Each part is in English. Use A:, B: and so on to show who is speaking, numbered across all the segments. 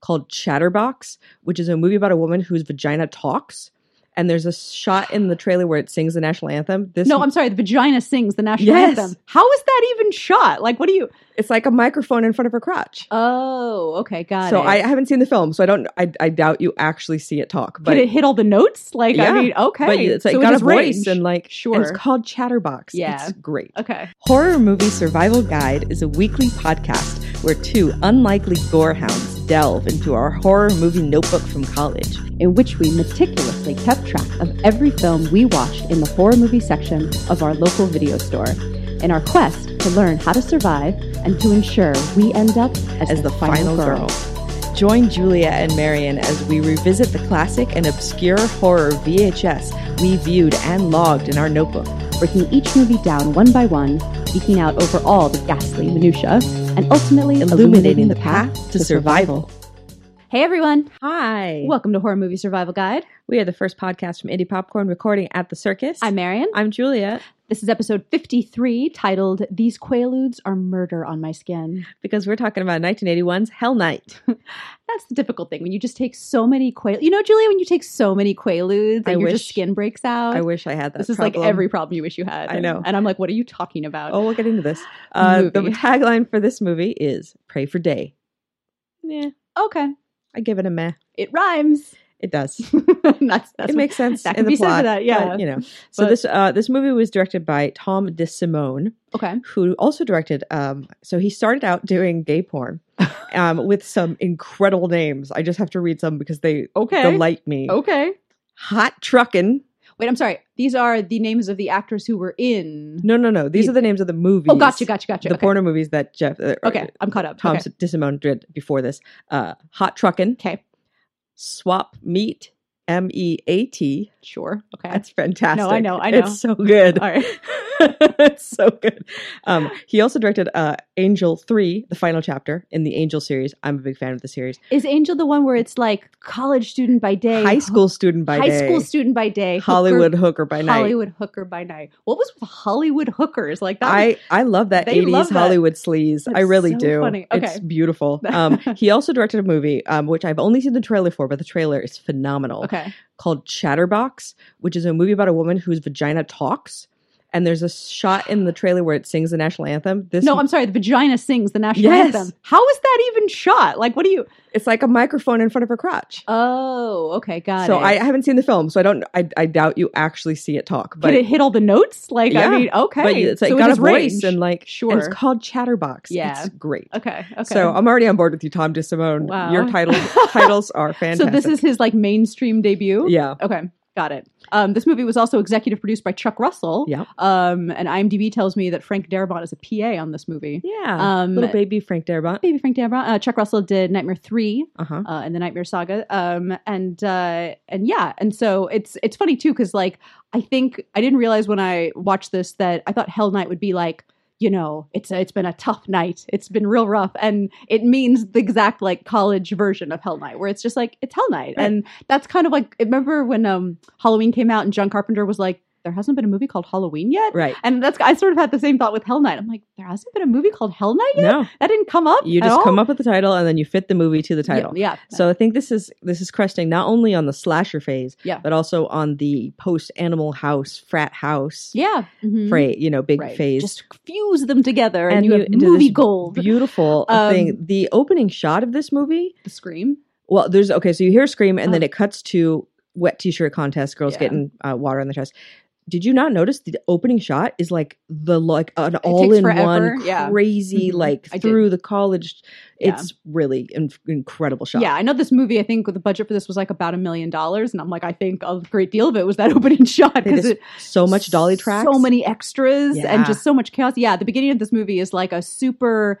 A: called Chatterbox, which is a movie about a woman whose vagina talks. And there's a shot in the trailer where it sings the national anthem. This
B: No, I'm sorry. The vagina sings the national
A: Yes.
B: anthem. How is that even shot? Like, what do you?
A: it's like a microphone in front of her crotch.
B: Oh, okay, got
A: so
B: it.
A: I, I haven't seen the film, so I don't. I, I doubt you actually see it talk. But
B: Did it hit all the notes? Like,
A: Yeah,
B: I mean, okay,
A: but it's like
B: so it
A: got a
B: is
A: voice
B: range.
A: and like
B: sure.
A: and it's called Chatterbox.
B: Yeah.
A: it's great.
B: okay.
A: Horror Movie Survival Guide is a weekly podcast where two unlikely gorehounds delve into our horror movie notebook from college.
C: in which we meticulously kept track of every film we watched in the horror movie section of our local video store in our quest to learn how to survive and to ensure we end up as, the, final, girl.
A: Join Julia and Marion as we revisit the classic and obscure horror VHS we viewed and logged in our notebook.
C: breaking each movie down one by one, eking out over all the ghastly minutia, and ultimately illuminating, the path to survival.
B: Hey everyone,
A: Hi. Well,
B: welcome to Horror Movie Survival Guide.
A: we are the first podcast from Indie Popcorn recording at the circus.
B: I'm Marion.
A: I'm Julia
B: This is episode 53, titled "These Quaaludes Are Murder on My Skin."
A: because we're talking about 1981's Hell Night.
B: That's the difficult thing when you just take so many quaaludes. You know, Julia, when you take so many quaaludes,
A: I
B: and your
A: wish-
B: just skin breaks out.
A: I wish I had that.
B: this is like
A: problem.
B: every problem you wish you had.
A: I know.
B: and I'm like, what are you talking about?
A: Oh, we'll get into this. Uh, the
B: Movie.
A: tagline for this movie is "Pray for Day." Yeah,
B: okay,
A: I give it a meh.
B: it rhymes.
A: It does.
B: that's, that's
A: it makes sense
B: that
A: in
B: could
A: the
B: be said for
A: plot.
B: that, yeah.
A: but, you know. So
B: But-
A: this uh, this movie was directed by Tom DeSimone,
B: okay.
A: who also directed. Um, so he started out doing gay porn um, with some incredible names. I just have to read some because they
B: Okay. Oh.
A: delight me.
B: Okay.
A: Hot Truckin'.
B: Wait, I'm sorry. These are the names of the actors who were in.
A: No, no, no. These
B: The-
A: are the names of the movies.
B: oh, gotcha, gotcha, gotcha.
A: The
B: okay.
A: porno movies that Jeff. Uh,
B: Okay, I'm caught up.
A: Tom
B: Okay.
A: DeSimone did before this. Uh, Hot Truckin'.
B: okay.
A: Swap Meat, M E A T.
B: Sure. Okay.
A: That's fantastic.
B: No, I know, I
A: It's so good.
B: All right.
A: it's so good. Um, he also directed uh, Angel 3, the final chapter in the Angel series. I'm a big fan of the series.
B: Is Angel the one where it's like college student by day,
A: High school student by
B: high
A: day.
B: school student by day, hooker-
A: Hollywood hooker by night.
B: Hollywood hooker by night. What was with Hollywood hookers like that?
A: I, I love that
B: They
A: 80s
B: love that.
A: Hollywood sleaze. I
B: That's
A: really
B: so
A: do.
B: funny.
A: It's
B: Okay.
A: beautiful. Um, he also directed a movie, um, which I've only seen the trailer for, but the trailer is phenomenal.
B: okay.
A: called Chatterbox, which is a movie about a woman whose vagina talks. And there's a shot in the trailer where it sings the national anthem. This
B: No, I'm sorry. The vagina sings the national
A: Yes.
B: anthem. How is that even shot? Like, what do you?
A: it's like a microphone in front of her crotch.
B: Oh, okay, got
A: so
B: it.
A: I haven't seen the film, so I don't. I, I doubt you actually see it talk. But
B: Did it hit all the notes? Like,
A: Yeah,
B: I mean, okay.
A: but it's like
B: so it
A: got a
B: is
A: voice
B: range.
A: and like and it's
B: Sure.
A: called Chatterbox.
B: Yeah.
A: it's great.
B: okay, okay.
A: So I'm already on board with you, Tom DeSimone.
B: Wow.
A: Your title titles are
B: so
A: fantastic.
B: this is his like mainstream debut.
A: yeah.
B: Okay, got it. Um, this movie was also executive produced by Chuck Russell.
A: Yeah.
B: Um, and IMDb tells me that Frank Darabont is a PA on this movie.
A: Yeah.
B: Um,
A: Little baby Frank Darabont.
B: baby Frank Darabont. Uh, Chuck Russell did Nightmare Three
A: Uh huh.
B: uh, and the Nightmare Saga. Um, and uh, and yeah, and so it's it's funny too because like I think I didn't realize when I watched this that I thought Hell Night would be like. You know, it's a, it's been a tough night. It's been real rough, and it means the exact like college version of Hell Night, where it's just like it's Hell Night,
A: Right.
B: and that's kind of like remember when um Halloween came out and John Carpenter was like, there hasn't been a movie called Halloween yet,
A: Right.
B: and that's I sort of had the same thought with Hell Night. I'm like, there hasn't been a movie called Hell Night yet.
A: No,
B: That didn't come up.
A: you
B: at
A: just
B: all?
A: come up with the title and then you fit the movie to the
B: Yeah,
A: title.
B: Yeah.
A: So I think this is this is cresting not only on the slasher phase,
B: Yeah.
A: but also on the post Animal House frat house,
B: Yeah. Mhm.
A: fra- you know, big
B: Right.
A: phase.
B: Just fuse them together and,
A: And
B: you
A: you
B: have
A: into
B: movie
A: this
B: gold.
A: Beautiful
B: Um,
A: thing. The opening shot of this movie.
B: the scream.
A: Well, there's okay. So you hear a scream, and then
B: Uh.
A: it cuts to wet T-shirt contest. Girls
B: Yeah.
A: getting uh, water on the chest. Did you not notice the opening shot is like the like an all
B: takes
A: in
B: forever.
A: one
B: Yeah.
A: crazy
B: Mhm.
A: like
B: I did.
A: through the college?
B: Yeah.
A: It's really in- incredible shot.
B: Yeah, I know this movie. I think the budget for this was like about a million dollars, and I'm like, I think a great deal of it was that opening shot
A: They
B: because
A: just-
B: it
A: so much dolly tracks,
B: so many extras,
A: Yeah.
B: and just so much chaos. Yeah, the beginning of this movie is like a super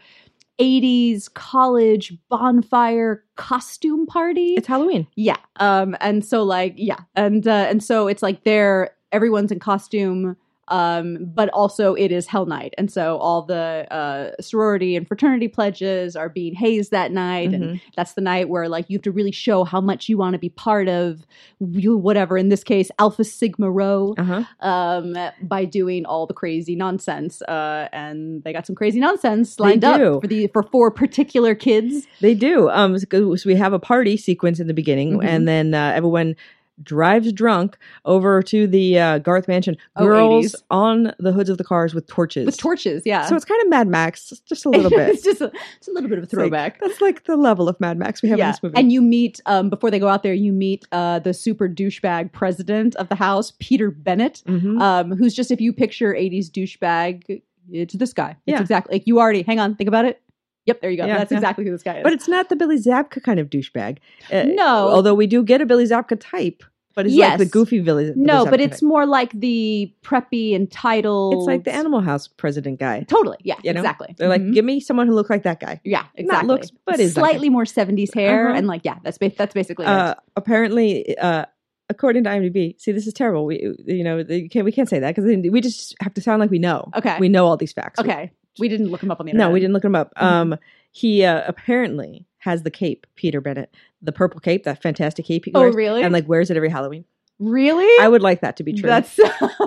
B: 80s college bonfire costume party.
A: It's Halloween.
B: Yeah. Um and so like yeah. And uh and so it's like they're everyone's in costume. um, but also it is Hell Night, and so all the uh, sorority and fraternity pledges are being hazed that night, and
A: Mm-hmm.
B: that's the night where like you have to really show how much you want to be part of you whatever. In this case, Alpha Sigma Rho
A: Uh-huh.
B: um, by doing all the crazy nonsense, uh, and they got some crazy nonsense
A: They
B: lined
A: do.
B: up for the for four particular kids.
A: They do. Um, so so we have a party sequence in the beginning,
B: Mhm.
A: and then uh, everyone drives drunk over to the uh, Garth Mansion.
B: Oh,
A: Girls
B: 80s.
A: on the hoods of the cars with torches.
B: with torches. Yeah,
A: So it's kind of Mad Max, just a little bit.
B: it's just a, it's a little bit of a
A: It's like-
B: throwback.
A: that's like the level of Mad Max we have in
B: yeah,
A: this movie.
B: and you meet um, before they go out there. You meet uh, the super douchebag president of the house, Peter Bennett,
A: Mhm.
B: um, who's just if you picture '80s douchebag, it's this guy. It's
A: Yeah.
B: exactly like you already. Hang on, think about it. Yep, there you go.
A: Yeah,
B: That's
A: yeah.
B: exactly who this guy is.
A: but it's not the Billy Zabka kind of douchebag. Uh,
B: no,
A: Although we do get a Billy Zabka type, but it's like the
B: Yes.
A: goofy Billy. Billy
B: no, but
A: Zabka
B: it's
A: type.
B: more like the preppy entitled.
A: it's like the Animal House president guy.
B: Totally, yeah,
A: You know?
B: exactly.
A: They're like,
B: Mhm.
A: give me someone who looks like that guy.
B: yeah, exactly.
A: looks, but is that guy.
B: slightly more '70s hair,
A: Uh-huh.
B: and like, yeah, that's ba- that's basically it.
A: Uh, apparently, uh, according to IMDb, see, this is terrible. We, you know, they can't, we can't say that because we just have to sound like we know.
B: Okay.
A: we know all these facts.
B: Okay. We didn't look him up on the
A: no,
B: internet.
A: we didn't look him up.
B: Mhm.
A: Um, he uh, apparently has the cape, Peter Bennett, the purple cape, that fantastic cape. He
B: Oh,
A: wears,
B: really?
A: And like wears it every Halloween.
B: really?
A: I would like that to be true.
B: That's.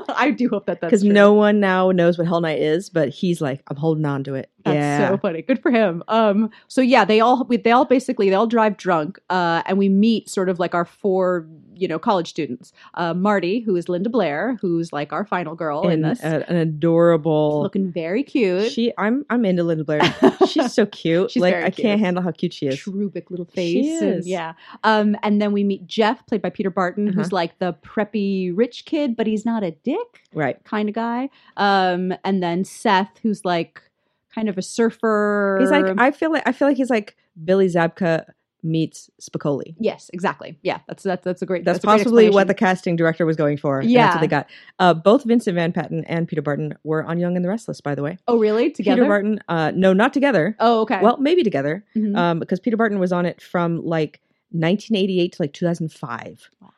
B: I do hope that that's
A: because
B: true.
A: no one now knows what Hell Night is, but he's like, I'm holding on to it.
B: That's
A: yeah.
B: so funny. Good for him. Um. So yeah, they all we, they all basically they all drive drunk. Uh, and we meet sort of like our four you know college students. Uh, Marty, who is Linda Blair, who's like our final girl
A: and
B: in this,
A: a- an adorable.
B: looking very cute.
A: She, I'm, I'm into Linda Blair. She's so cute.
B: She's
A: like
B: very
A: I
B: cute.
A: can't handle how cute she is.
B: cherubic little
A: She
B: face. and-
A: is.
B: yeah. Um, and then we meet Jeff, played by Peter Barton, who's
A: Uh-huh.
B: like the preppy rich kid, but he's not a dick.
A: Right.
B: kind of guy. Um, and then Seth, who's like kind of a surfer. Um,
A: He's like, I feel like, I feel like he's like Billy Zabka meets Spicoli.
B: yes, exactly. Yeah, that's that's that's a great.
A: That's,
B: a great
A: possibly what the
B: explanation.
A: casting director was going for. and that's
B: Yeah.
A: what they got. Uh, both Vincent Van Patten and Peter Barton were on Young and the Restless, by the way.
B: oh really together.
A: Peter Barton, uh, no, not together.
B: oh okay.
A: Well, maybe together.
B: Mhm.
A: um, because Peter Barton was on it from like 1988 to like 2005. Wow,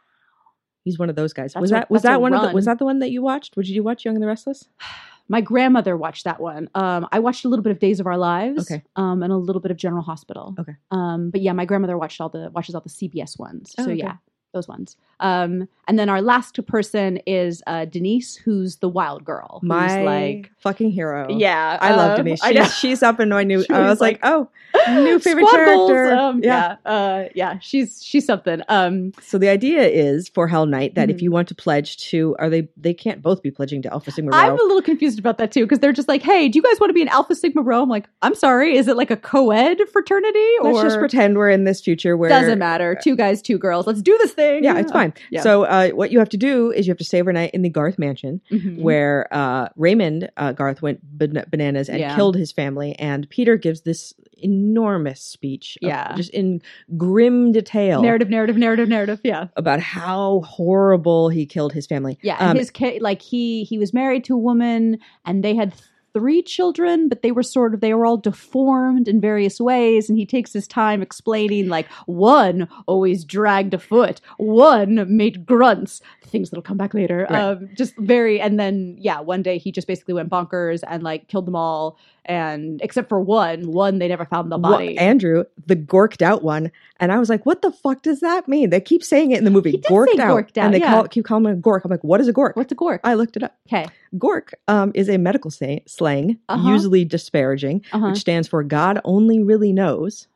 A: he's one of those guys.
B: That's
A: was
B: a-
A: that was
B: that's a
A: that one? Of the,
B: run.
A: was that the one that you watched? Would you watch Young and the Restless?
B: my grandmother watched that one. Um, I watched a little bit of Days of Our Lives.
A: Okay.
B: Um, and a little bit of General Hospital.
A: Okay.
B: Um, but yeah, my grandmother watched all the watches all the CBS ones.
A: Oh,
B: so
A: okay.
B: yeah, those ones. Um, and then our last person is uh, Denise, who's the wild girl. Who's
A: My
B: like.
A: fucking hero.
B: Yeah,
A: I love
B: um,
A: Denise.
B: I know.
A: She's, she's up in my new.
B: She
A: I
B: was
A: was like, oh.
B: new
A: favorite character.
B: Um,
A: Yeah.
B: yeah, yeah, uh, yeah. She's she's something. Um,
A: So the idea is for Hell Night that if
B: Mhm.
A: you want to pledge to, are they? They can't both be pledging to Alpha Sigma
B: I'm
A: Rho.
B: a little confused about that too because they're just like, hey, do you guys want to be an Alpha Sigma Rho? I'm like, I'm sorry, is it like a co-ed fraternity or
A: Let's just pretend we're in this future where
B: doesn't matter? Two guys, two girls. Let's do this thing.
A: Yeah, it's fine.
B: Yeah.
A: So uh, what you have to do is you have to stay overnight in the Garth Mansion.
B: Mhm.
A: where uh, Raymond uh, Garth went ban- bananas and
B: Yeah.
A: killed his family, and Peter gives this enormous speech, of-
B: Yeah.
A: just in grim detail
B: narrative, narrative, narrative, narrative. Yeah,
A: about how horrible he killed his family.
B: yeah. And
A: Um,
B: his kid, like he he was married to a woman and they had three children, but they were sort of they were all deformed in various ways. And he takes his time explaining, like one always dragged a foot, one made grunts, things that'll come back later.
A: Right.
B: Um, just very, and then yeah, one day he just basically went bonkers and like killed them all, and except for one, one they never found the
A: Wa-
B: body.
A: Andrew, the gorked out one, and I was like, "What the fuck does that mean?" They keep saying it in the movie,
B: He did say
A: gorked, out,
B: gorked out,
A: and they
B: yeah.
A: call, keep calling him a gork. I'm like, "What is a gork?"
B: What's a gork?
A: I looked it up.
B: Okay,
A: Gork um, is a medical say- slang,
B: Uh-huh.
A: usually disparaging,
B: uh-huh.
A: which stands for "God only really knows."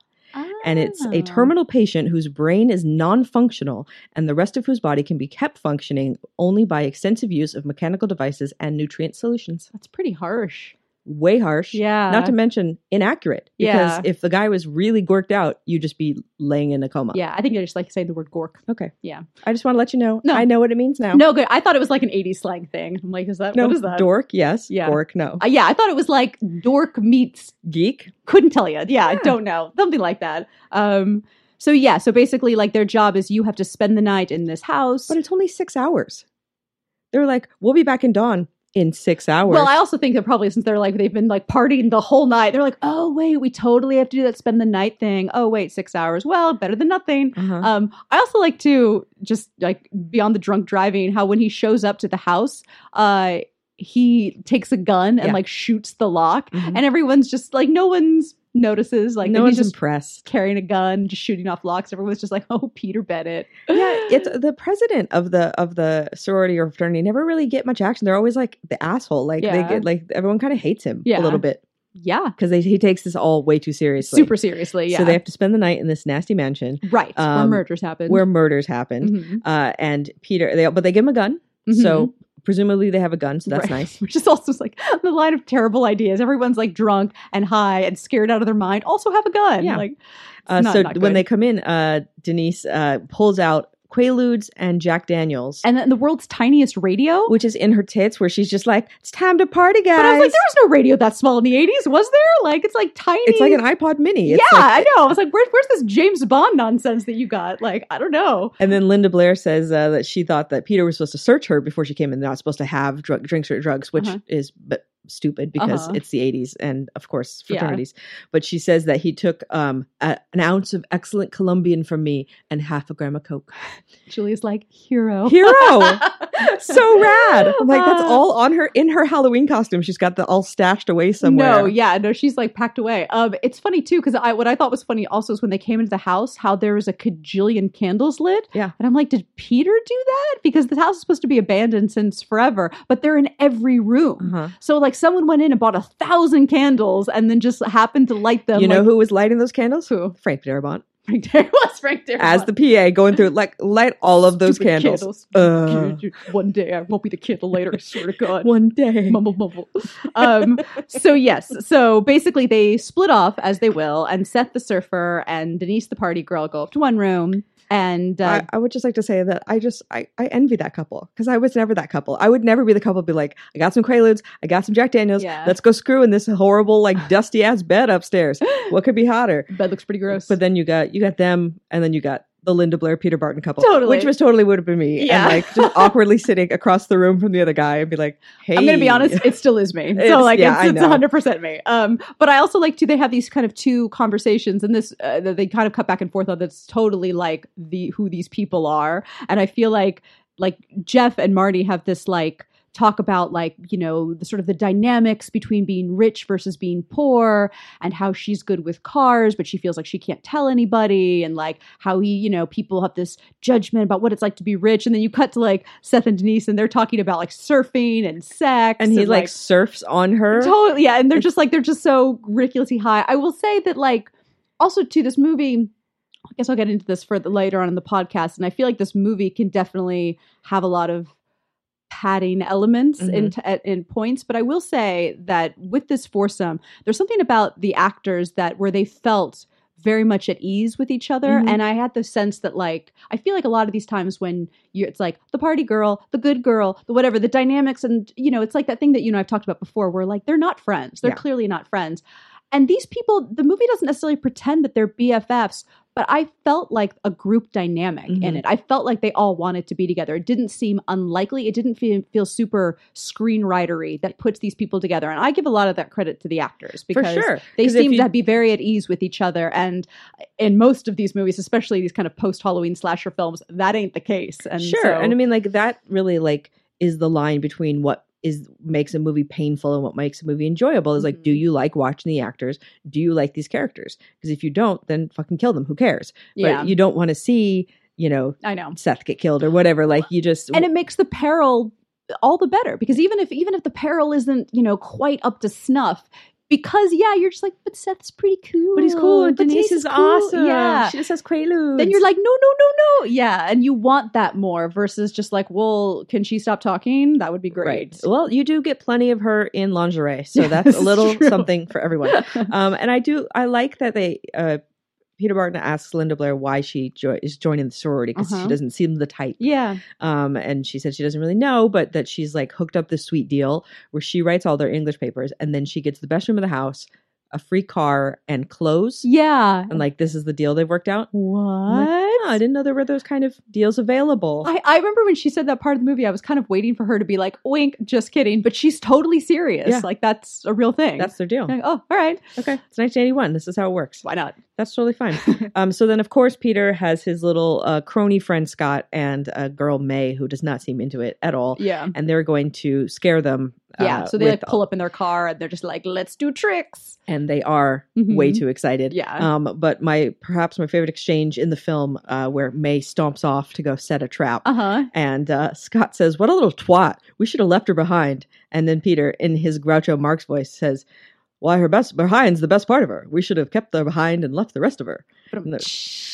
A: and it's a
B: Oh.
A: terminal patient whose brain is non-functional and the rest of whose body can be kept functioning only by extensive use of mechanical devices and nutrient solutions.
B: That's pretty harsh.
A: Way harsh.
B: Yeah,
A: Not to mention inaccurate. Because
B: Uh, Yeah.
A: if the guy was really gorked out, you'd just be laying in a coma.
B: Yeah, I think I just like saying the word gork.
A: Okay.
B: Yeah.
A: I just want to let you know.
B: No.
A: I know what it means now.
B: No, good. I thought it was like an 80s slang thing. I'm like, is that
A: No,
B: what is that?
A: dork, yes.
B: Yeah.
A: Gork, no.
B: Uh, yeah, I thought it was like dork meets.
A: Geek.
B: Couldn't tell you. Yeah, I
A: Yeah.
B: don't know. Something like that. Um. So yeah. So basically, like their job is you have to spend the night in this house.
A: But it's only six hours. They were like, we'll be back in dawn in six hours.
B: Well, I also think that probably since they're like they've been like partying the whole night, they're like, oh wait, we totally have to do that spend the night thing. Oh wait, six hours. Well, better than nothing.
A: uh-huh.
B: Um, I also like to just like beyond the drunk driving, how when he shows up to the house, uh, he takes a gun and
A: Yeah.
B: like shoots the lock,
A: Mhm.
B: and everyone's just like, no one's notices. Like,
A: no
B: that he's
A: one's
B: just
A: impressed.
B: carrying a gun, just shooting off locks. Everyone's just like, oh, Peter Bennett.
A: yeah, it's the president of the of the sorority or fraternity never really get much action. They're always like the asshole. Like
B: Yeah.
A: they get like everyone kind of hates him a
B: Yeah.
A: little bit
B: yeah,
A: because he takes this all way too seriously.
B: super seriously. Yeah,
A: So they have to spend the night in this nasty mansion
B: right where
A: um,
B: murders happen.
A: where murders happened.
B: Mhm.
A: Uh, and Peter, they but they give him a gun. So presumably they have a gun. So that's
B: mm-hmm. Right.
A: nice.
B: Which is also like the line of terrible ideas. Everyone's like drunk and high and scared out of their mind. Also have a gun.
A: Yeah.
B: Like, it's
A: Uh,
B: not-
A: so
B: not
A: when
B: good.
A: they come in, uh, Denise uh, pulls out Quaaludes and Jack Daniels,
B: and then the world's tiniest radio.
A: which is in her tits, where she's just like, "It's time to party, guys."
B: but I was like, there was no radio that small in the eighties, was there? Like, it's like tiny.
A: it's like an iPod Mini.
B: yeah,
A: It's like-
B: I know. I was like, where's where's this James Bond nonsense that you got? Like, I don't know.
A: And then Linda Blair says uh, that she thought that Peter was supposed to search her before she came in. They're not supposed to have drug, drinks or drugs, which
B: Uh-huh.
A: is but stupid because
B: Uh-huh.
A: it's the 80s and of course
B: Yeah.
A: fraternities. But she says that he took um, a, an ounce of excellent Colombian from me and half a gram of coke.
B: Julia's like hero.
A: Hero. so rad. I'm like that's
B: Uh,
A: all on her in her Halloween costume. She's got the all stashed away somewhere.
B: No, yeah, no, she's like packed away. Um, it's funny too because I what I thought was funny also is when they came into the house how there was a cajillion candles lit.
A: Yeah.
B: and I'm like, did Peter do that? Because the house is supposed to be abandoned since forever, but they're in every room.
A: Uh-huh.
B: So like someone went in and bought a thousand candles and then just happened to light them.
A: you know
B: like,
A: who was lighting those candles?
B: Who?
A: Frank Darabont
B: Frank Darabont was Frank Darabont
A: as the PA going through like light all of those
B: Stupid
A: candles. Uh,
B: candles. One day I won't be the candle later. I swear to God.
A: One day.
B: mumble mumble. Um, so yes, so basically they split off as they will, and Seth the surfer and Denise the party girl go up to one room, and uh,
A: I, I would just like to say that I just I, I envy that couple because I was never that couple. I would never be the couple to be like, I got some Quaaludes, I got some Jack Daniels.
B: Yeah.
A: Let's go screw in this horrible like dusty ass bed upstairs. What could be hotter?
B: bed looks pretty gross.
A: But then you got you got them, and then you got the Linda Blair Peter Barton couple,
B: Totally.
A: which was totally would have been me,
B: Yeah.
A: and like just awkwardly sitting across the room from the other guy and be like, Hey,
B: I'm gonna be honest, it still is me. So
A: It's-
B: like
A: yeah, I
B: it's, it's
A: know.
B: 100 percent me. Um, but I also like too they have these kind of two conversations, and this uh, that they kind of cut back and forth on. That's totally like the who these people are, and I feel like like Jeff and Marty have this like talk about like you know the sort of the dynamics between being rich versus being poor and how she's good with cars but she feels like she can't tell anybody and like how he you know people have this judgment about what it's like to be rich and then you cut to like Seth and Denise and they're talking about like surfing and sex
A: And he like, surfs on her.
B: Totally, yeah. And they're just like they're just so ridiculously high. I will say that like also to this movie. I guess I'll get into this further later on in the podcast, and I feel like this movie can definitely have a lot of padding elements in, t- at- in points. But I will say that with this foursome, there's something about the actors that where they felt very much at ease with each other,
A: Mhm.
B: and I had the sense that like I feel like a lot of these times when you it's like the party girl, the good girl, the whatever, the dynamics, and you know, it's like that thing that you know I've talked about before, where like they're not friends, they're
A: Yeah.
B: clearly not friends, and these people, the movie doesn't necessarily pretend that they're BFFs, but I felt like a group dynamic in
A: Mhm.
B: it. I felt like they all wanted to be together. It didn't seem unlikely. It didn't feel, feel super screenwritery that puts these people together, and I give a lot of that credit to the actors
A: for
B: because
A: sure.
B: they
A: 'Cause if
B: seem
A: you-
B: to be very at ease with each other and in most of these movies especially these kind of post-halloween slasher films that ain't the case and
A: sure
B: so-
A: and i mean like that really like is the line between what is makes a movie painful and what makes a movie enjoyable is like
B: Mhm.
A: do you like watching the actors do you like these characters because if you don't then fucking kill them who cares
B: yeah
A: but you don't want to see you know
B: i know
A: seth get killed or whatever like you just
B: and it makes the peril all the better because even if even if the peril isn't you know quite up to snuff because yeah you're just like but seth's pretty cool
A: but he's cool and
B: but
A: denise, is,
B: cool."
A: awesome
B: yeah
A: she just has quaaludes
B: then you're like, no, no, no, no. Yeah. And you want that more versus just like, well, can she stop talking? That would be
A: Right.
B: great.
A: Well, you do get plenty of her in lingerie, so that's
B: That's
A: a little
B: true.
A: something for everyone. um, and I do I like that they uh, Peter Barton asks Linda Blair why she jo- is joining the sorority because
B: Uh-huh.
A: she doesn't seem the type.
B: yeah.
A: Um, and she said she doesn't really know, but that she's like hooked up this sweet deal where she writes all their English papers and then she gets the best room of the house, a free car, and clothes.
B: Yeah.
A: And like this is the deal they've worked out.
B: What?
A: Oh, I didn't know there were those kind of deals available.
B: I, I remember when she said that part of the movie, I was kind of waiting for her to be like, wink, just kidding. But she's totally serious.
A: Yeah.
B: Like, that's a real thing.
A: That's their deal.
B: Like, oh, all right.
A: Okay, it's 1981. This is how it works.
B: Why not?
A: That's totally fine. um, so then, of course, Peter has his little uh, crony friend Scott and a girl May who does not seem into it at all,
B: Yeah.
A: and they're going to scare them
B: yeah.
A: uh,
B: so they
A: with
B: like pull up in their car and they're just like, let's do tricks.
A: and they are way
B: Mhm.
A: too excited.
B: Yeah.
A: Um, but my perhaps my favorite exchange in the film uh, where May stomps off to go set a trap.
B: Uh huh.
A: And uh, Scott says, "What a little twat! We should have left her behind." And then Peter, in his Groucho Marx voice, says, "Why her best behind's the best part of her. We should have kept her behind and left the rest of her." And And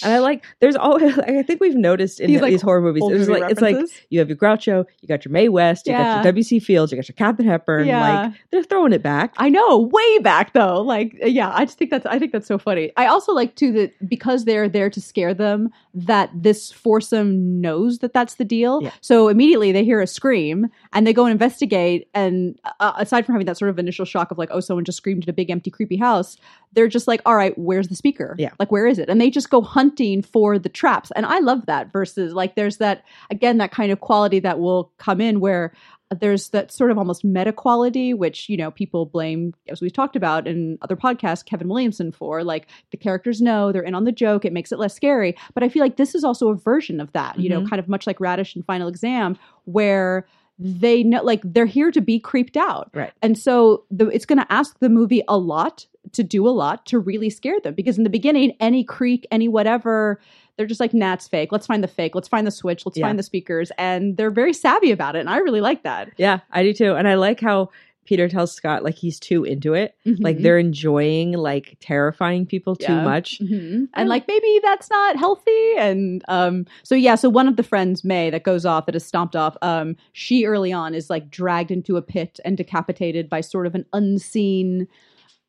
A: I like, there's always, like, I think we've noticed in
B: These,
A: these,
B: like,
A: horror movies,
B: Old
A: it's
B: movie
A: like it's like
B: references.
A: you have your Groucho, you got your Mae West, you
B: Yeah.
A: got your W.C. Fields, you got your Katharine Hepburn.
B: Yeah.
A: Like they're throwing it back.
B: I know, way back though. Like, uh, yeah, I just think that's I think that's so funny. I also like too that because they're there to scare them, that this foursome knows that that's the deal.
A: Yeah.
B: So immediately they hear a scream and they go and investigate. And uh, aside from having that sort of initial shock of like, oh, someone just screamed at a big empty creepy house, they're just like, all right, where's the speaker?
A: Yeah.
B: like where is it? And they just go hunting for the traps. And I love that. Versus like, there's that again that kind of quality that will come in where there's that sort of almost meta quality which you know people blame as we've talked about in other podcasts kevin williamson for like the characters know they're in on the joke it makes it less scary but i feel like this is also a version of that you know
A: Mhm.
B: kind of much like radish and final exam where they know like they're here to be creeped out
A: Right.
B: and so the, it's going to ask the movie a lot to do a lot to really scare them because in the beginning any creak any whatever they're just like nah it's fake let's find the fake let's find the switch let's
A: Yeah.
B: find the speakers and they're very savvy about it and i really like that
A: Yeah, I do too. And I like how Peter tells Scott like he's too into it. Like they're enjoying like terrifying people too
B: Mm-hmm. Yeah.
A: much.
B: Mhm.
A: Oh.
B: and like maybe that's not healthy and um so yeah so one of the friends may that goes off that is stomped off um she early on is like dragged into a pit and decapitated by sort of an unseen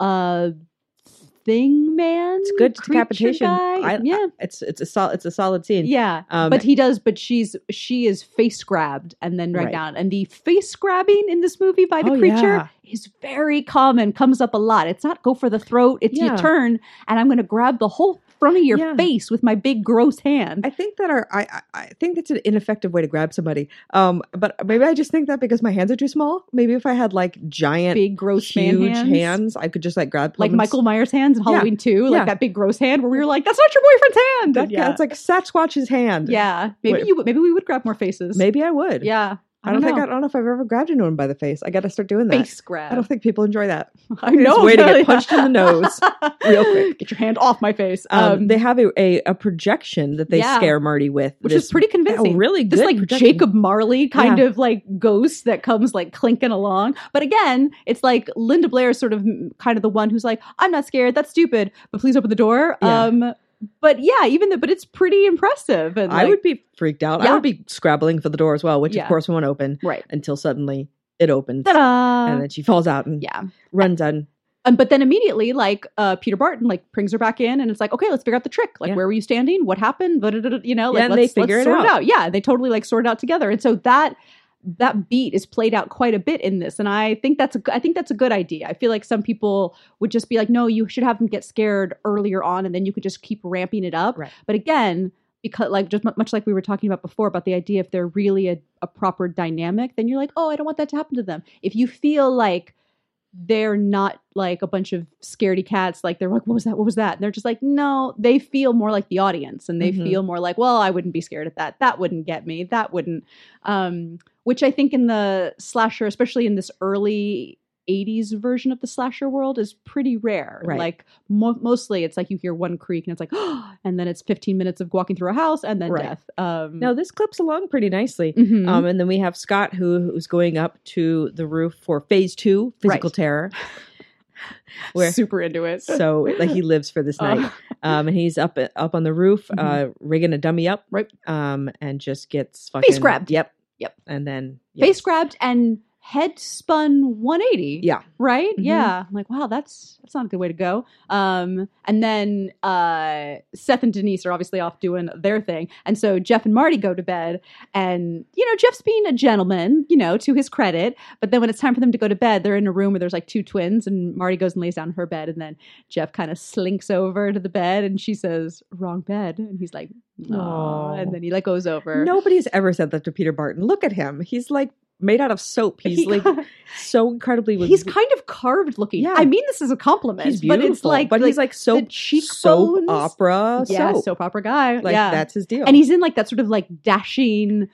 B: uh thing man
A: It's good
B: creature
A: decapitation.
B: guy.
A: I-
B: yeah
A: It's it's a sol- it's a solid scene.
B: yeah
A: Um,
B: but he does but she's she is face grabbed and then right,
A: Right.
B: down and the face grabbing in this movie by the
A: Oh,
B: creature
A: yeah.
B: is very common comes up a lot it's not go for the throat it's
A: Yeah.
B: you turn and i'm going to grab the whole front of your
A: Yeah.
B: face with my big gross hand
A: I think that our I, I I think that's an ineffective way to grab somebody. Um, but maybe I just think that because my hands are too small. Maybe if I had like giant,
B: big gross man
A: huge
B: hands,
A: hands. I could just like grab
B: like
A: them and
B: michael myers hands in
A: Yeah.
B: halloween 2 like
A: Yeah.
B: that big gross hand where we were like that's not your boyfriend's hand
A: That,
B: And yeah
A: That's like Sasquatch's hand.
B: yeah maybe
A: Wait.
B: you would- maybe we would grab more faces
A: Maybe I would.
B: yeah
A: I don't, think I
B: know.
A: don't know if I've ever grabbed anyone by the face. I got to start doing that.
B: face grab
A: I don't think people enjoy that.
B: I know.
A: way to get
B: yeah.
A: punched in the nose real quick.
B: Get your hand off my face.
A: Um,
B: Um,
A: they have a, a, a projection that they
B: yeah.
A: scare Marty with,
B: which
A: that
B: is pretty convincing.
A: a Oh, really good.
B: this like
A: projection.
B: Jacob Marley kind of like ghost that comes like clinking along. But again, it's like Linda Blair is sort of mm, kind of the one who's like, I'm not scared. That's stupid. But please open the door.
A: Yeah.
B: Um, but yeah, even the, but it's pretty impressive. And
A: I
B: like-
A: would be freaked out.
B: Yeah.
A: I would be scrabbling for the door as well, which
B: Yeah.
A: of course won't open
B: right.
A: until suddenly it opens,
B: Ta-da!
A: and then she falls out and
B: yeah.
A: runs on.
B: Um, but then immediately, like uh, Peter Barton, like brings her back in, and it's like, okay, let's figure out the trick. Like,
A: Yeah.
B: where were you standing? What happened? Blah, blah, blah, blah, You know, like
A: Yeah, and
B: let's,
A: they figure
B: let's
A: it
B: sort it
A: out.
B: out. Yeah, they totally like sort it out together. And so that that beat is played out quite a bit in this, and I think that's a g- I think that's a good idea. I feel like some people would just be like, no, you should have them get scared earlier on, and then you could just keep ramping it up.
A: Right.
B: But again. Because, like, just mu- much like we were talking about before, about the idea if they're really a, a proper dynamic, then you're like, oh, I don't want that to happen to them. If you feel like they're not like a bunch of scaredy cats. Like they're like, what was that? What was that? And they're just like, no, they feel more like the audience and they
A: Mhm.
B: feel more like, well, I wouldn't be scared at that. That wouldn't get me. That wouldn't. Um, which I think in the slasher, especially in this early 80s version of the slasher world, is pretty rare.
A: Right.
B: Like mo- mostly it's like you hear one creak and it's like, and then it's 15 minutes of walking through a house and then
A: Right.
B: death. Um,
A: No, this clips along pretty nicely.
B: mhm.
A: Um, and then we have Scott who who's going up to the roof for phase two, physical
B: Right.
A: terror. Where
B: super into it.
A: so like he lives for this
B: Uh,
A: night. Um, and he's up up on the roof, uh,
B: Mhm.
A: rigging a dummy up,
B: Right.
A: Um, and just gets fucking
B: grabbed.
A: Yep,
B: Yep.
A: And then
B: face grabbed and head spun 180
A: Yeah.
B: right
A: Mhm.
B: yeah i'm like wow that's that's not a good way to go um and then uh seth and denise are obviously off doing their thing and so jeff and marty go to bed and you know jeff's being a gentleman you know to his credit but then when it's time for them to go to bed they're in a room where there's like two twins and marty goes and lays down in her bed and then jeff kind of slinks over to the bed and she says wrong bed and he's like no
A: Aw.
B: and then he like goes over
A: Nobody's ever said that to Peter Barton. Look at him. He's like made out of soap. He's
B: He-
A: like so incredibly.
B: He's kind of carved looking.
A: Yeah.
B: I mean, this is a compliment,
A: he's beautiful,
B: but it's like,
A: but
B: like,
A: he's like
B: the
A: soap, soap
B: cheekbones.
A: opera
B: yeah,
A: soap.
B: soap opera guy.
A: Like
B: yeah,
A: that's his deal.
B: and he's in like that sort of like dashing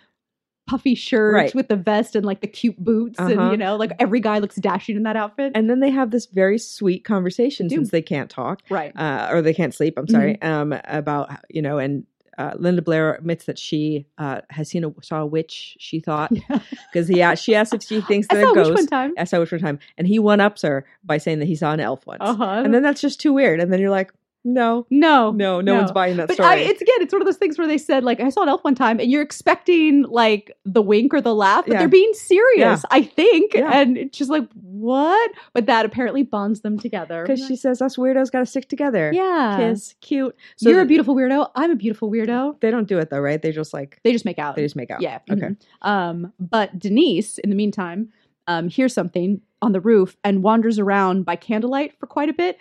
B: puffy shirts
A: Right.
B: with the vest and like the cute boots, and
A: Uh-huh.
B: you know, like every guy looks dashing in that outfit.
A: And then they have this very sweet conversation
B: They do. Mm-hmm.
A: since they can't talk
B: right.
A: uh, or they can't sleep. I'm sorry. Um, about how- you know, and uh, Linda Blair admits that she uh, has seen a saw a witch. She thought
B: Yeah.
A: because yeah, she asked if she thinks
B: I
A: that a
B: saw which
A: ghost.
B: one time.
A: I saw which one time, and he one ups her by saying that he saw an elf once,
B: Uh huh.
A: and then that's just too weird. And then you're like, no,
B: no,
A: no, no, one's buying that
B: But
A: story.
B: I, it's again, it's one of those things where they said like I saw an elf one time, and you're expecting like the wink or the laugh, but
A: Yeah.
B: they're being serious, I think,
A: Yeah.
B: and it's just like what? But that apparently bonds them together
A: because she says us weirdos got to stick together.
B: yeah,
A: kiss, cute.
B: you're a
A: th-
B: beautiful weirdo. I'm a beautiful weirdo.
A: They don't do it though, right? They just like
B: They just make out.
A: they just make out.
B: Yeah.
A: Okay.
B: mhm. Um, but Denise, in the meantime, um, hears something on the roof and wanders around by candlelight for quite a bit.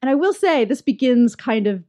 B: And I will say, this begins kind of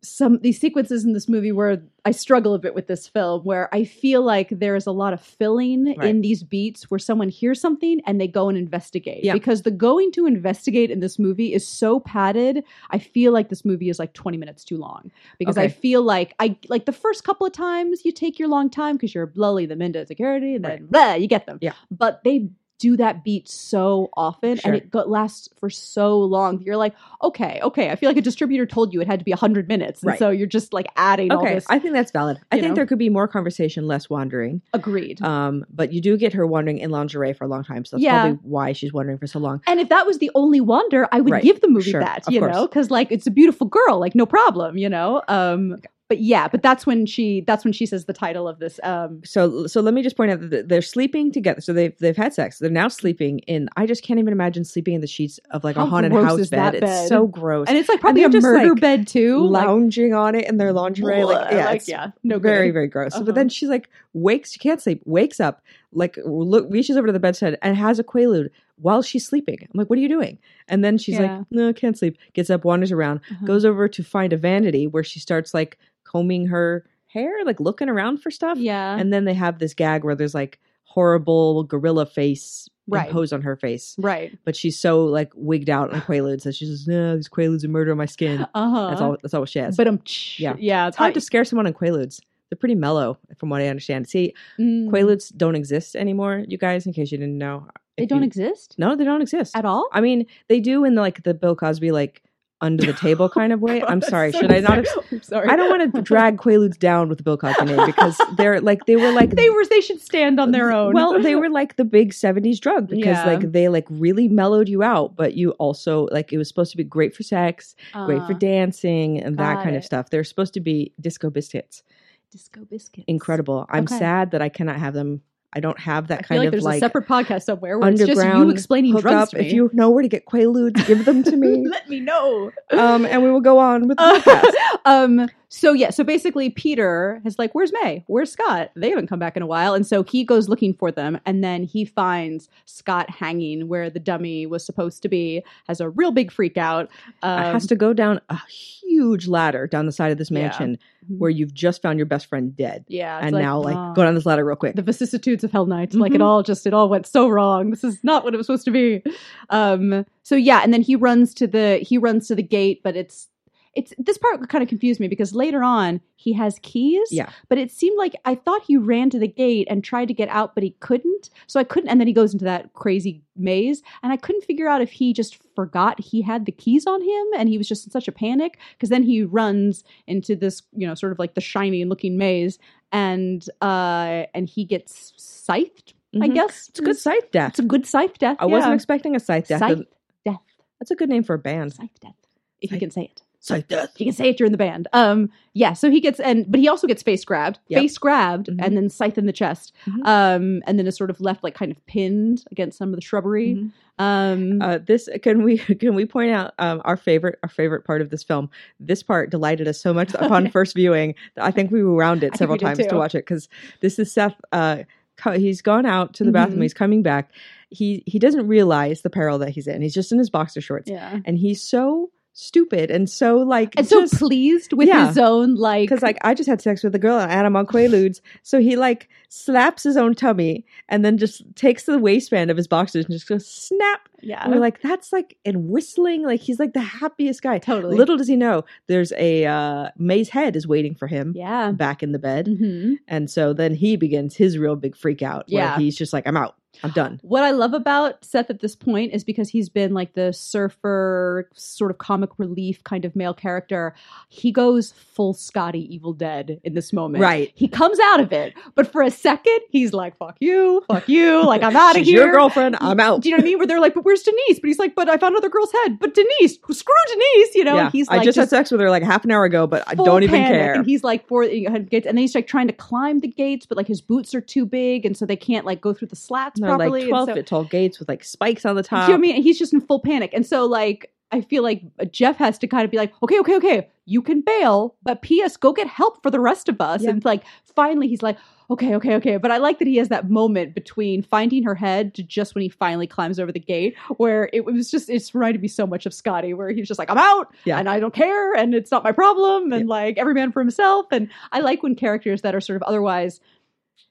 B: some these sequences in this movie where I struggle a bit with this film, where I feel like there is a lot of filling
A: Right.
B: in these beats where someone hears something and they go and investigate.
A: Yeah.
B: Because the going to investigate in this movie is so padded. I feel like this movie is like 20 minutes too long because I
A: Okay.
B: feel like I like the first couple of times you take your long time because you're lulling them into security and then blah, you get them.
A: Yeah.
B: But they do that beat so often
A: Sure.
B: and it go- lasts for so long. You're like, okay, okay. I feel like a distributor told you it had to be 100 minutes. And
A: Right.
B: so you're just like adding all
A: Okay,
B: this.
A: I think that's valid. I
B: you
A: think
B: know.
A: there could be more conversation, less wandering.
B: Agreed.
A: Um, but you do get her wandering in lingerie for a long time, so that's
B: Yeah.
A: probably why she's wandering for so long.
B: and if that was the only wonder, I would
A: Right.
B: give the movie
A: Sure.
B: that,
A: Of
B: you
A: course.
B: know, because like it's a beautiful girl, like no problem, you know. Um, but yeah, but that's when she that's when she says the title of this. Um,
A: So, so let me just point out that th- they're sleeping together. So they've they've had sex. They're now sleeping in. I just can't even imagine sleeping in the sheets of like
B: How
A: a haunted
B: gross
A: house
B: is that bed?
A: It's so gross.
B: and it's like probably
A: they're
B: a
A: just,
B: murder
A: like,
B: bed too. like,
A: lounging on it in their lingerie, like
B: Blah,
A: yeah,
B: like,
A: it's
B: yeah, no
A: very
B: good.
A: very gross.
B: Uh-huh.
A: But then she's like wakes. She can't sleep. Wakes up. Like look, reaches over to the bedside and has a quaalude while she's sleeping. I'm like, what are you doing? And then she's
B: Yeah.
A: like, no, can't sleep. Gets up, wanders around,
B: Uh-huh.
A: goes over to find a vanity where she starts like combing her hair, like looking around for stuff.
B: yeah,
A: And then they have this gag where there's like horrible gorilla face
B: Right.
A: imposed on her face.
B: right.
A: But she's so like wigged out on quaaludes that she's just, no, these quaaludes are murdering my skin.
B: Uh huh.
A: That's all. That's all she has.
B: But um, yeah,
A: Yeah.
B: yeah.
A: it's hard to scare someone on quaaludes. They're pretty mellow, from what I understand. See,
B: mm,
A: quaaludes don't exist anymore, you guys. In case you didn't know,
B: They
A: If
B: don't
A: you-
B: exist
A: No, they don't exist.
B: at all.
A: I mean, they do in the, like the Bill Cosby like under the table kind of way. I'm
B: That's
A: sorry.
B: Oh, so
A: Should I not? Have,
B: sad. I'm sorry.
A: I don't want to drag quaaludes down with the Bill Cosby name because they're like they were like
B: They were. They should stand on their own.
A: Well, they were like the big 70s drug because
B: Yeah.
A: like they like really mellowed you out, but you also like it was supposed to be great for sex, great for
B: Uh,
A: dancing and that
B: got
A: kind
B: it.
A: of stuff. They're supposed to be disco biscuits.
B: disco biscuits.
A: Incredible. I'm
B: Okay.
A: sad that I cannot have them. I don't have that
B: I
A: kind
B: feel like
A: of
B: there's a
A: like
B: separate podcast somewhere where it's just you
A: underground
B: explaining
A: hook
B: drugs
A: up.
B: to me.
A: If you know where to get quaaludes, give them to me.
B: Let me know.
A: um and we will go on with the
B: Uh,
A: podcast.
B: um so yeah so basically peter is like where's may where's scott they haven't come back in a while and so he goes looking for them and then he finds scott hanging where the dummy was supposed to be has a real big freak out um,
A: it has to go down a huge ladder down the side of this
B: Yeah.
A: mansion
B: Mhm.
A: where you've just found your best friend dead.
B: yeah it's
A: and now like
B: oh.
A: go down this ladder real quick.
B: the vicissitudes of Hell Knight. Like it
A: Mhm.
B: all just it all went so wrong. This is not what it was supposed to be. Um so yeah, and then he runs to the he runs to the gate, but it's it's this part kind of confused me because later on he has keys.
A: Yeah.
B: But it seemed like I thought he ran to the gate and tried to get out, but he couldn't. So I couldn't and then he goes into that crazy maze. And I couldn't figure out if he just forgot he had the keys on him and he was just in such a panic. Because then he runs into this, you know, sort of like the shiny looking maze and uh and he gets scythed i
A: Mhm.
B: guess
A: It's a good scythe death.
B: it's a good scythe death
A: I wasn't
B: yeah.
A: expecting a scythe death.
B: scythe death
A: That's a good name for a band.
B: scythe death if you
A: Scythe.
B: can say it
A: Scythe death.
B: if you can say it you're in the band um yeah so he gets and but he also gets face grabbed
A: Yep.
B: face grabbed
A: Mhm.
B: and then scythe in the chest
A: Mhm.
B: um and then is sort of left like kind of pinned against some of the shrubbery
A: Mm-hmm.
B: um
A: Uh, this can we can we point out um, our favorite our favorite part of this film. This part delighted us so much upon first viewing. that I think we rewound
B: I
A: it
B: think
A: several
B: we did
A: times
B: too.
A: to watch it because this is Seth. Uh, co- he's gone out to the bathroom.
B: Mhm.
A: He's coming back. He he doesn't realize the peril that he's in. He's just in his boxer shorts,
B: yeah
A: and he's so stupid and so like
B: and
A: just-
B: so pleased with
A: yeah.
B: his own like
A: because like I just had sex with a girl and Adam Onkwe eludes. So he like slaps his own tummy and then just takes the waistband of his boxers and just goes snap.
B: yeah
A: And we're like, that's like and whistling. Like he's like the happiest guy.
B: totally
A: Little does he know, there's a uh, May's head is waiting for him
B: yeah
A: back in the bed,
B: hmm
A: and so then he begins his real big freak out. Where
B: Yeah.
A: he's just like, I'm out. I'm done.
B: What I love about Seth at this point is because he's been like the surfer, sort of comic relief kind of male character. He goes full Scotty Evil Dead in this moment.
A: Right.
B: He comes out of it, but for a second, he's like, fuck you, fuck you, like I'm out of
A: She's
B: here.
A: Your girlfriend. I'm out.
B: Do you know what I mean? Where they're like, but where's Denise? But he's like, but I found another girl's head. But Denise, screw Denise, you know?
A: yeah.
B: And he's like,
A: I just, had sex with her like half an hour ago, but I
B: full
A: don't even
B: panic,
A: care.
B: And he's like for the gates, and then he's like trying to climb the gates, but like his boots are too big, and so they can't like go through the slats
A: And they're
B: properly.
A: like
B: and
A: 12
B: so-
A: foot tall gates with like spikes on the
B: Do you know
A: top.
B: what I mean? He's just in full panic. And so, like, I feel like Jeff has to kind of be like, okay, okay, okay, you can bail, but P.S., go get help for the rest of us.
A: Yeah.
B: And, like, finally, he's like, okay, okay, okay. But I like that he has that moment between finding her head to just when he finally climbs over the gate, where it was just, it's reminded me so much of Scotty, where he's just like, I'm out
A: Yeah.
B: and I don't care and it's not my problem. And, like, every man for himself. And I like when characters that are sort of otherwise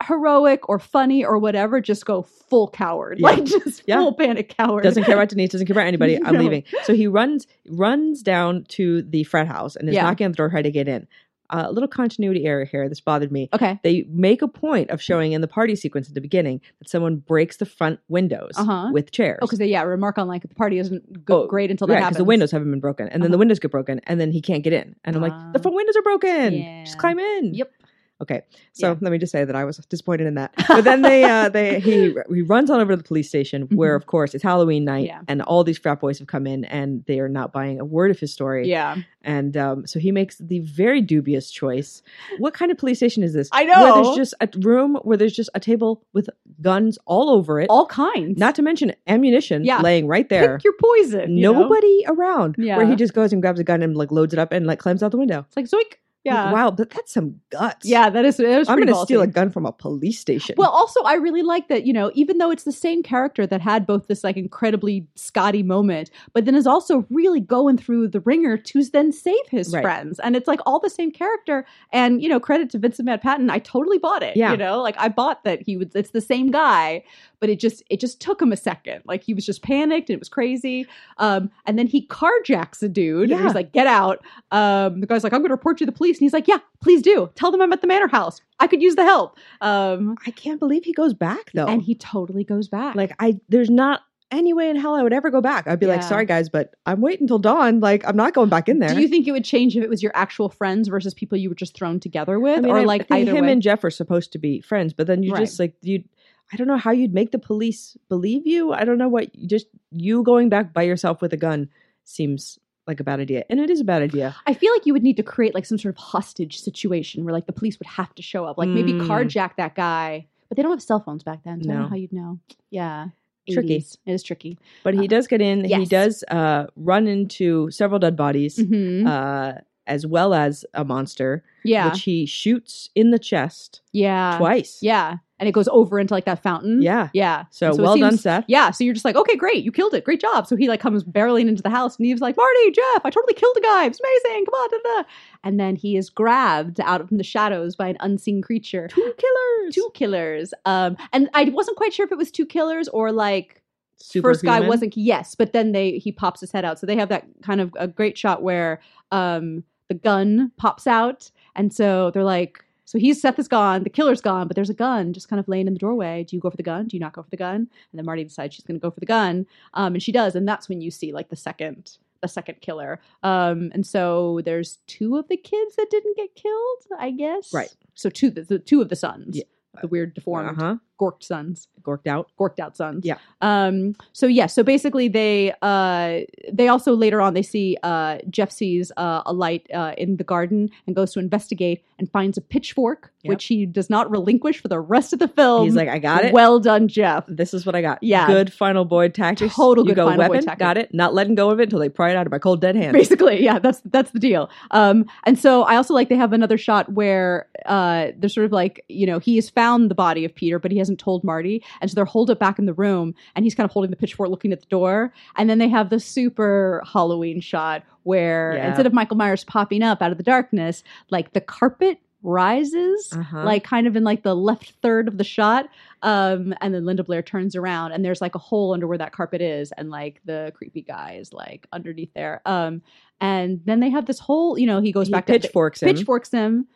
B: heroic or funny or whatever just go full coward
A: Yeah.
B: like just
A: Yeah.
B: full panic coward
A: Doesn't care about Denise. Doesn't care about anybody. I'm
B: No.
A: leaving. So he runs runs down to the frat house and is
B: Yeah.
A: knocking on the door trying to get in. Uh, a little continuity error here. This bothered me.
B: Okay. Oh,
A: They make a point of showing in the party sequence at the beginning that someone breaks the front windows
B: Uh-huh.
A: with chairs.
B: Oh, because they yeah remark on like the party isn't go-
A: Oh,
B: great until that
A: yeah, because
B: happens.
A: the windows haven't been broken, and then the
B: Uh-huh.
A: windows get broken, and then he can't get in. And I'm like, the
B: Ah.
A: front windows are broken. Just
B: Yeah.
A: climb in.
B: Yep.
A: Okay, so
B: Yeah.
A: let me just say that I was disappointed in that. But then they, uh, they, he, he runs on over to the police station, where of course it's Halloween night,
B: Mm-hmm. Yeah.
A: and all these frat boys have come in, and they are not buying a word of his story.
B: Yeah.
A: And um, so he makes the very dubious choice. What kind of police station is this?
B: I
A: Where
B: know.
A: there's just a room where there's just a table with guns all over it.
B: All kinds.
A: not to mention ammunition
B: Yeah.
A: laying right there.
B: pick your poison. you know?
A: Nobody around. Where
B: Yeah.
A: he just goes and grabs a gun and like loads it up and like climbs out the window.
B: It's like zoink. Yeah.
A: Like, wow, but that's some guts.
B: Yeah. That is. That is
A: I'm
B: pretty
A: going to steal a
B: ballsy.
A: gun from a police station.
B: Well, also, I really like that, you know, even though it's the same character that had both this like incredibly Scotty moment, but then is also really going through the ringer to then save his
A: Right.
B: friends. And it's like all the same character. And, you know, credit to Vincent Matt Patton, I totally bought it.
A: Yeah.
B: You know, like I bought that he was, it's the same guy, but it just, it just took him a second. Like he was just panicked and it was crazy. Um, and then he carjacks a dude and
A: Yeah.
B: he's like, get out. Um, the guy's like, I'm going to report you to the police. And he's like, yeah, please do. Tell them I'm at the manor house. I could use the help. Um,
A: I can't believe he goes back though.
B: and he totally goes back.
A: Oh. like I, there's not any way in hell I would ever go back. I'd be like,
B: Yeah.
A: sorry guys, but I'm waiting till dawn. Like I'm not going back in there.
B: do you think it would change if it was your actual friends versus people you were just thrown together with,
A: I mean,
B: or
A: I
B: like
A: think
B: either
A: him
B: way?
A: and Jeff are supposed to be friends, but then you
B: Right.
A: just like you. I don't know how you'd make the police believe you. I don't know what you just you going back by yourself with a gun seems like a bad idea, and it is a bad idea.
B: I feel like you would need to create like some sort of hostage situation where like the police would have to show up, like maybe
A: Mm.
B: carjack that guy. But they don't have cell phones back then, so I don't
A: No.
B: know how you'd know. Yeah,
A: Tricky.
B: 80s. It is tricky.
A: But he
B: Uh,
A: does get in. He
B: yes.
A: does uh, run into several dead bodies,
B: Mhm.
A: uh, as well as a monster,
B: yeah,
A: which he shoots in the chest
B: yeah,
A: twice.
B: yeah, and it goes over into like that fountain.
A: Yeah.
B: yeah.
A: So,
B: And it
A: well done,
B: seems-
A: Seth.
B: Yeah, so you're just like, okay, great, you killed it, great job. So he like comes barreling into the house and he's like, Marty, Jeff, I totally killed a guy. It was amazing. Come on, da, da, da. And then he is grabbed out from the shadows by an unseen creature.
A: Two killers.
B: Two killers. Um, and I wasn't quite sure if it was two killers or like first guy
A: Superhuman.
B: wasn't yes, but then they he pops his head out. So they have that kind of a great shot where um the gun pops out, and so they're like. So he's Seth is gone, the killer's gone, but there's a gun just kind of laying in the doorway. Do you go for the gun? Do you not go for the gun? And then Marty decides she's going to go for the gun, um, and she does, and that's when you see like the second, the second killer. Um, and so there's two of the kids that didn't get killed, I guess.
A: Right.
B: So two, the, the two of the sons,
A: Yeah.
B: the weird deformed,
A: Uh huh.
B: gorked sons
A: Gorked out.
B: gorked out sons.
A: Yeah.
B: Um. So yeah. So basically, they uh they also later on they see uh Jeff sees uh, a light uh, in the garden and goes to investigate and finds a pitchfork
A: Yep.
B: which he does not relinquish for the rest of the film.
A: He's like, I got it.
B: Well done, Jeff.
A: this is what I got.
B: Yeah.
A: Good final boy tactics.
B: Total
A: you
B: good
A: go
B: final boy
A: weapon.
B: tactic.
A: Got it. Not letting go of it until they pry it out of my cold dead hand.
B: Basically, yeah, that's that's the deal. Um, and so I also like they have another shot where uh, they're sort of like you know he has found the body of Peter, but he has hasn't told Marty. And so they're holed up back in the room and he's kind of holding the pitchfork looking at the door. And then they have the super Halloween shot where
A: Yeah.
B: instead of Michael Myers popping up out of the darkness, like the carpet rises
A: Uh-huh.
B: like kind of in like the left third of the shot um and then linda blair turns around and there's like a hole under where that carpet is and like the creepy guy is like underneath there um and then they have this whole you know he goes
A: He
B: back to
A: pitchforks him.
B: pitchforks him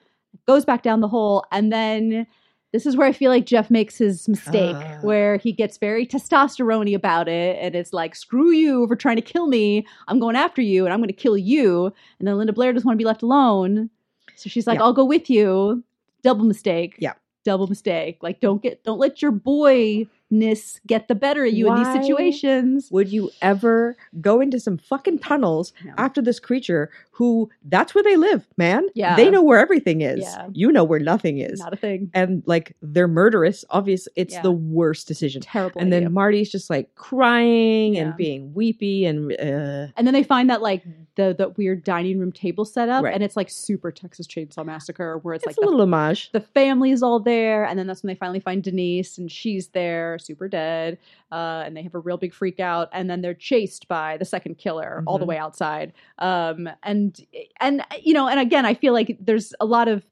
B: goes back down the hole and then this is where i feel like jeff makes his mistake
A: Ah.
B: where he gets very testosterone about it and it's like screw you for trying to kill me i'm going after you and i'm going to kill you and then linda blair doesn't want to be left alone so she's like
A: Yeah.
B: i'll go with you double mistake
A: Yeah.
B: double mistake like don't get don't let your boyness get the better of you in
A: Why
B: these situations
A: Would you ever go into some fucking tunnels
B: No.
A: after this creature who that's where they live, man?
B: Yeah.
A: They know where everything is.
B: Yeah.
A: You know where nothing is.
B: not a thing
A: and like they're murderous, obvious it's
B: Yeah.
A: the worst decision.
B: terrible
A: And
B: idea.
A: then Marty's just like crying
B: Yeah.
A: and being weepy and uh,
B: And then they find that like the the weird dining room table set up,
A: Mm-hmm. Right.
B: and it's like super Texas Chainsaw Massacre, where it's,
A: it's, a
B: like the,
A: little homage.
B: the family is all there, and then that's when they finally find Denise, and she's there, super dead, uh, and they have a real big freak out, and then they're chased by the second killer all the
A: Mhm.
B: way outside, um, and and you know, and again, I feel like there's a lot of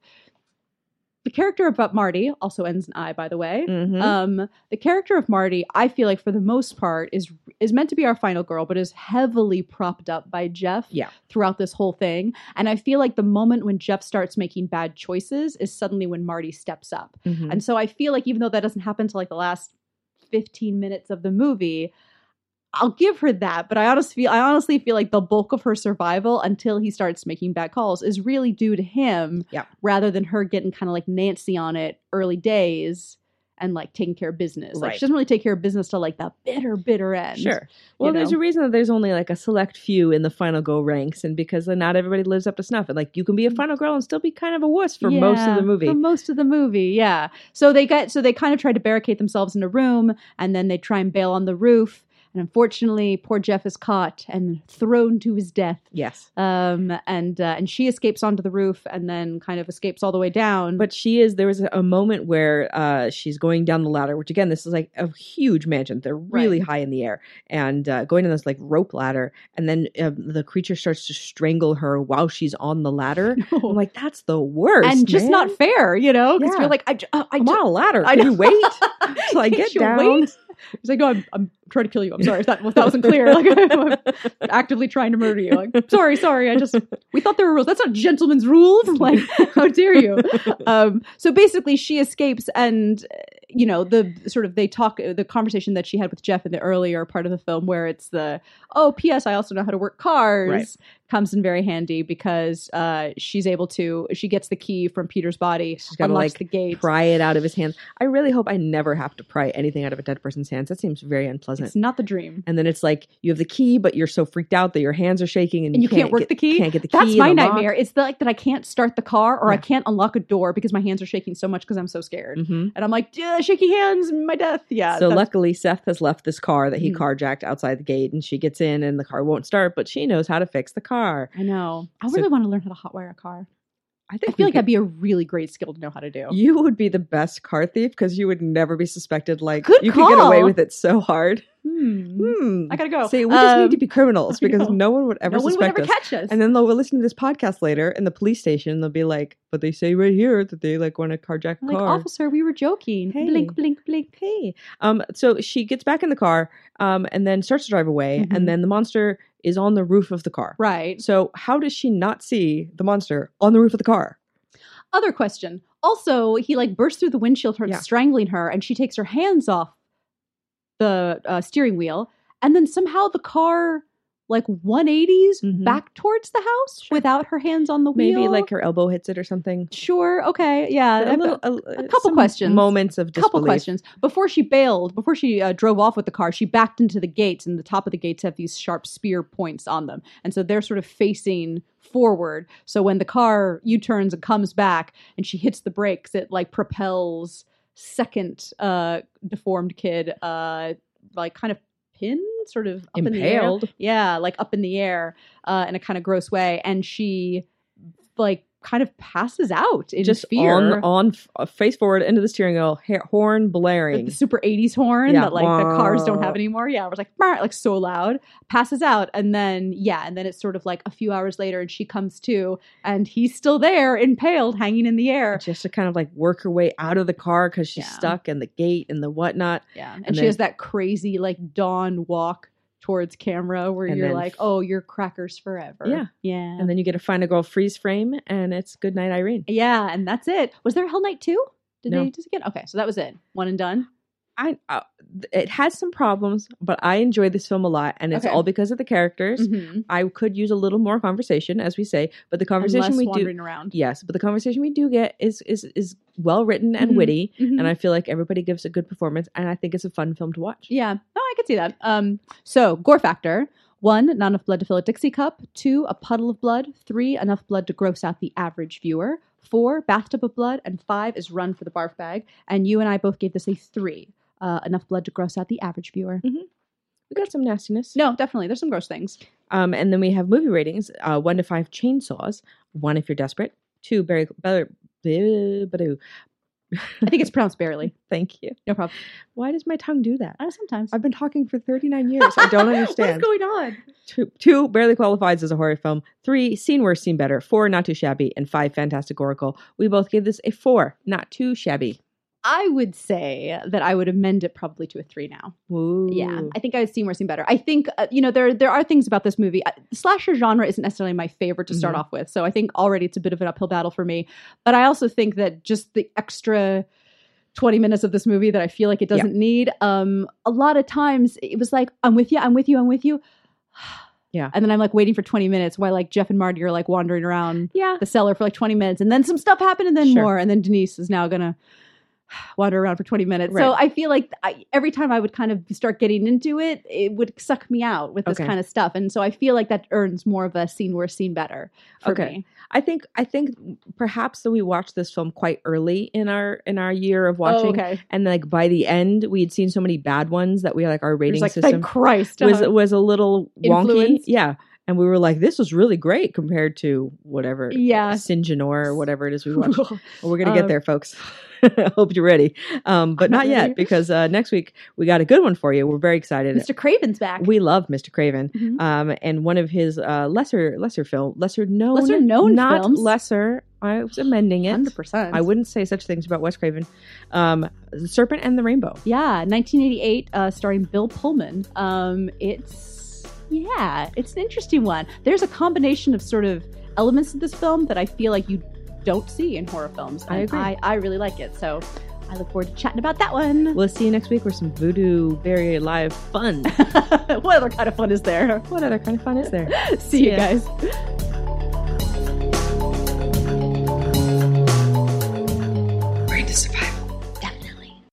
B: the character about Marty also ends in I, by the way.
A: Mhm.
B: Um, the character of Marty, I feel like for the most part, is is meant to be our final girl, but is heavily propped up by Jeff
A: Yeah.
B: throughout this whole thing. And I feel like the moment when Jeff starts making bad choices is suddenly when Marty steps up.
A: Mhm.
B: And so I feel like even though that doesn't happen till like the last 15 minutes of the movie, I'll give her that, but I honestly feel I honestly feel like the bulk of her survival until he starts making bad calls is really due to him
A: Yep.
B: rather than her getting kind of like Nancy on it early days and like taking care of business. Like she
A: Right.
B: doesn't really take care of business till like the bitter, bitter end.
A: Sure. Well, there's
B: know?
A: a reason that there's only like a select few in the final girl ranks, and because not everybody lives up to snuff. And like you can be a final girl and still be kind of a wuss for most
B: Mm. Yeah,
A: of the movie.
B: For most of the movie, yeah. So they get so they kind of try to barricade themselves in a room and then they try and bail on the roof. And unfortunately, poor Jeff is caught and thrown to his death.
A: yes,
B: Um, and uh, and she escapes onto the roof and then kind of escapes all the way down.
A: but she is. There was a moment where uh, she's going down the ladder, which again, this is like a huge mansion. They're really high in the air, and uh, going down this like rope ladder, and then uh, the creature starts to strangle her while she's on the ladder. I'm like, that's the worst,
B: and just
A: man.
B: not fair, you know, because
A: Yeah.
B: you're like, I, ju- uh, I
A: I'm
B: ju-
A: on a ladder.
B: I
A: Can you
B: know.
A: wait till I
B: Can't
A: get
B: you
A: down?
B: wait? He's like, no, I'm, I'm trying to kill you. I'm sorry if that, if that wasn't clear. Like, I'm actively trying to murder you. Like, sorry, sorry. I just, we thought there were rules. That's not gentleman's rules. Like, how dare you? Um, so basically, she escapes, and uh, you know, the sort of they talk the conversation that she had with Jeff in the earlier part of the film, where it's the oh, P.S. I also know how to work cars.
A: Right.
B: Comes in very handy because uh, she's able to. She gets the key from Peter's body,
A: She's gotta,
B: unlocks
A: like,
B: the gate.
A: pry it out of his hands. I really hope I never have to pry anything out of a dead person's hands. That seems very unpleasant.
B: It's not the dream.
A: and then it's like you have the key, but you're so freaked out that your hands are shaking and,
B: And you can't work
A: get,
B: the key?
A: Can't get the key.
B: That's
A: and
B: my
A: the lock.
B: nightmare. It's the, like that I can't start the car or I
A: Yeah.
B: can't unlock a door because my hands are shaking so much because I'm so scared.
A: Mhm.
B: And I'm like, "Yeah, shaky hands, my death. Yeah.
A: so
B: that's-
A: luckily, Seth has left this car that he
B: Mhm.
A: carjacked outside the gate, and she gets in, and the car won't start, but she knows how to fix the car.
B: I know. I
A: So-
B: really want to learn how to hotwire a car.
A: I
B: I
A: think we
B: feel like that'd
A: could-
B: be a really great skill to know how to do.
A: you would be the best car thief because you would never be suspected. Like
B: Good
A: you could get away
B: call.
A: with it so hard.
B: Hmm.
A: Hmm.
B: I gotta go.
A: See, we just need to
B: Um,
A: be criminals
B: I
A: because
B: know.
A: no one would ever
B: no one would
A: suspect
B: ever
A: us.
B: catch us.
A: And then they'll listen to this podcast later in the police station. They'll be like, "But they say right here that they like want to carjack a
B: I'm like,
A: car."
B: officer, we were joking.
A: Hey.
B: Blink, blink, blink.
A: Hey, um, so she gets back in the car, um, and then starts to drive away,
B: Mhm.
A: and then the monster is on the roof of the car.
B: Right.
A: So how does she not see the monster on the roof of the car?
B: Other question. Also, he like bursts through the windshield, starts
A: Yeah.
B: strangling her, and she takes her hands off the uh, steering wheel, and then somehow the car like 180s
A: Mhm.
B: back towards the house
A: Sure.
B: without her hands on the wheel.
A: Maybe like her elbow hits it or something.
B: sure, okay, yeah.
A: A
B: I've-
A: little-
B: Uh, a couple
A: uh, some
B: questions.
A: Moments of disbelief.
B: couple questions before she bailed before she uh, drove off with the car she backed into the gates and the top of the gates have these sharp spear points on them and so they're sort of facing forward so when the car u-turns and comes back and she hits the brakes it like propels second uh deformed kid uh like kind of pinned sort of up in the air
A: Impaled.
B: yeah like up in the air uh, in a kind of gross way and she like kind of passes out in
A: just
B: fear.
A: on on f- uh, face forward into the steering wheel, ha- horn
B: like
A: blaring.
B: the super 80s horn
A: Yeah.
B: that like the cars don't have
A: Wah.
B: anymore. Yeah, it was like "Brr," like so loud, passes out, and then yeah, and then it's sort of like a few hours later, and she comes to, and he's still there, impaled, hanging in the air.
A: She has to kind of like work her way out of the car because she's
B: Yeah.
A: stuck in the gate and the whatnot.
B: Yeah, and,
A: And
B: she
A: then-
B: has that crazy like dawn walk towards camera where
A: And
B: you're
A: then-
B: like, oh, you're crackers forever.
A: Yeah.
B: yeah,
A: And then you get a find a girl freeze frame, and it's good night Irene.
B: yeah, and that's it. Was there a Hell Night two? Did
A: No.
B: they just get okay? So that was it. One and done.
A: I uh, th- it has some problems, but I enjoyed this film a lot, and it's
B: Okay.
A: all because of the characters.
B: Mhm.
A: I could use a little more conversation, as we say, but the conversation
B: Unless
A: we do
B: wandering around.
A: yes, but the conversation we do get is is is well written and
B: Mhm.
A: witty,
B: Mhm.
A: and I feel like everybody gives a good performance, and I think it's a fun film to watch.
B: Yeah. Oh, I could see that. Um, so gore factor. One, not enough blood to fill a Dixie cup. Two, a puddle of blood. Three, enough blood to gross out the average viewer. Four, bathtub of blood. And five is run for the barf bag. And you and I both gave this a three, uh, enough blood to gross out the average viewer.
A: We got some nastiness.
B: No, definitely. There's some gross things.
A: Um, and then we have movie ratings: uh, one to five chainsaws. One if you're desperate. Two very better.
B: I think it's pronounced barely.
A: Thank you.
B: No problem.
A: Why does my tongue do that?
B: Uh, sometimes.
A: I've been talking for 39 years. I don't
B: What's
A: understand.
B: going on?
A: two, two barely qualifies as a horror film. Three, seen worse, seen better. Four, not too shabby. And five, fantastic oracle. We both gave this a four, not too shabby.
B: I would say that I would amend it probably to a three now.
A: Ooh.
B: Yeah, I think I would see more, seem better. I think uh, you know there there are things about this movie. Uh, the slasher genre isn't necessarily my favorite to start
A: Mhm.
B: off with, so I think already it's a bit of an uphill battle for me. But I also think that just the extra. 20 minutes of this movie that I feel like it
A: Yeah.
B: doesn't need. Um, a lot of times it was like, I'm with you, I'm with you, I'm with you.
A: Yeah.
B: And then I'm like waiting for 20 minutes while like Jeff and Marty are like wandering around
A: Yeah.
B: the cellar for like 20 minutes and then some stuff happened and then
A: Sure.
B: more and then denise is now gonna wander around for 20 minutes so
A: Right.
B: i feel like I, every time i would kind of start getting into it it would suck me out with this
A: Okay.
B: kind of stuff and so i feel like that earns more of a scene worse scene better for
A: Okay.
B: me
A: I think I think perhaps that we watched this film quite early in our in our year of watching.
B: oh, okay
A: And like by the end, we had seen so many bad ones that we like our
B: It
A: rating
B: was like
A: system
B: thank christ
A: was
B: Uh-huh.
A: was a little wonky.
B: Influenced?
A: Yeah. And we were like, this was really great compared to whatever
B: Yeah.
A: Sinjanor or whatever it is we watched. Well, we're gonna
B: Um,
A: get there, folks. Hope you're ready, um, but not
B: I'm not
A: yet
B: ready.
A: because uh, next week we got a good one for you. We're very excited.
B: mr craven's back
A: We love Mr. Craven,
B: Mhm.
A: um, and one of his uh, lesser lesser film, lesser known,
B: Lesser known
A: not
B: films.
A: lesser. I was amending it.
B: 100%
A: I wouldn't say such things about Wes Craven. Um, the Serpent and the Rainbow.
B: yeah 1988 uh, starring bill pullman um, it's yeah it's an interesting one there's a combination of sort of elements of this film that i feel like you don't see in horror films
A: I
B: and
A: agree.
B: I, I really like it so i look forward to chatting about that one
A: We'll see you next week with some voodoo, very live fun.
B: what other kind of fun is there
A: what other kind of fun is there?
B: see you
A: Yeah.
B: guys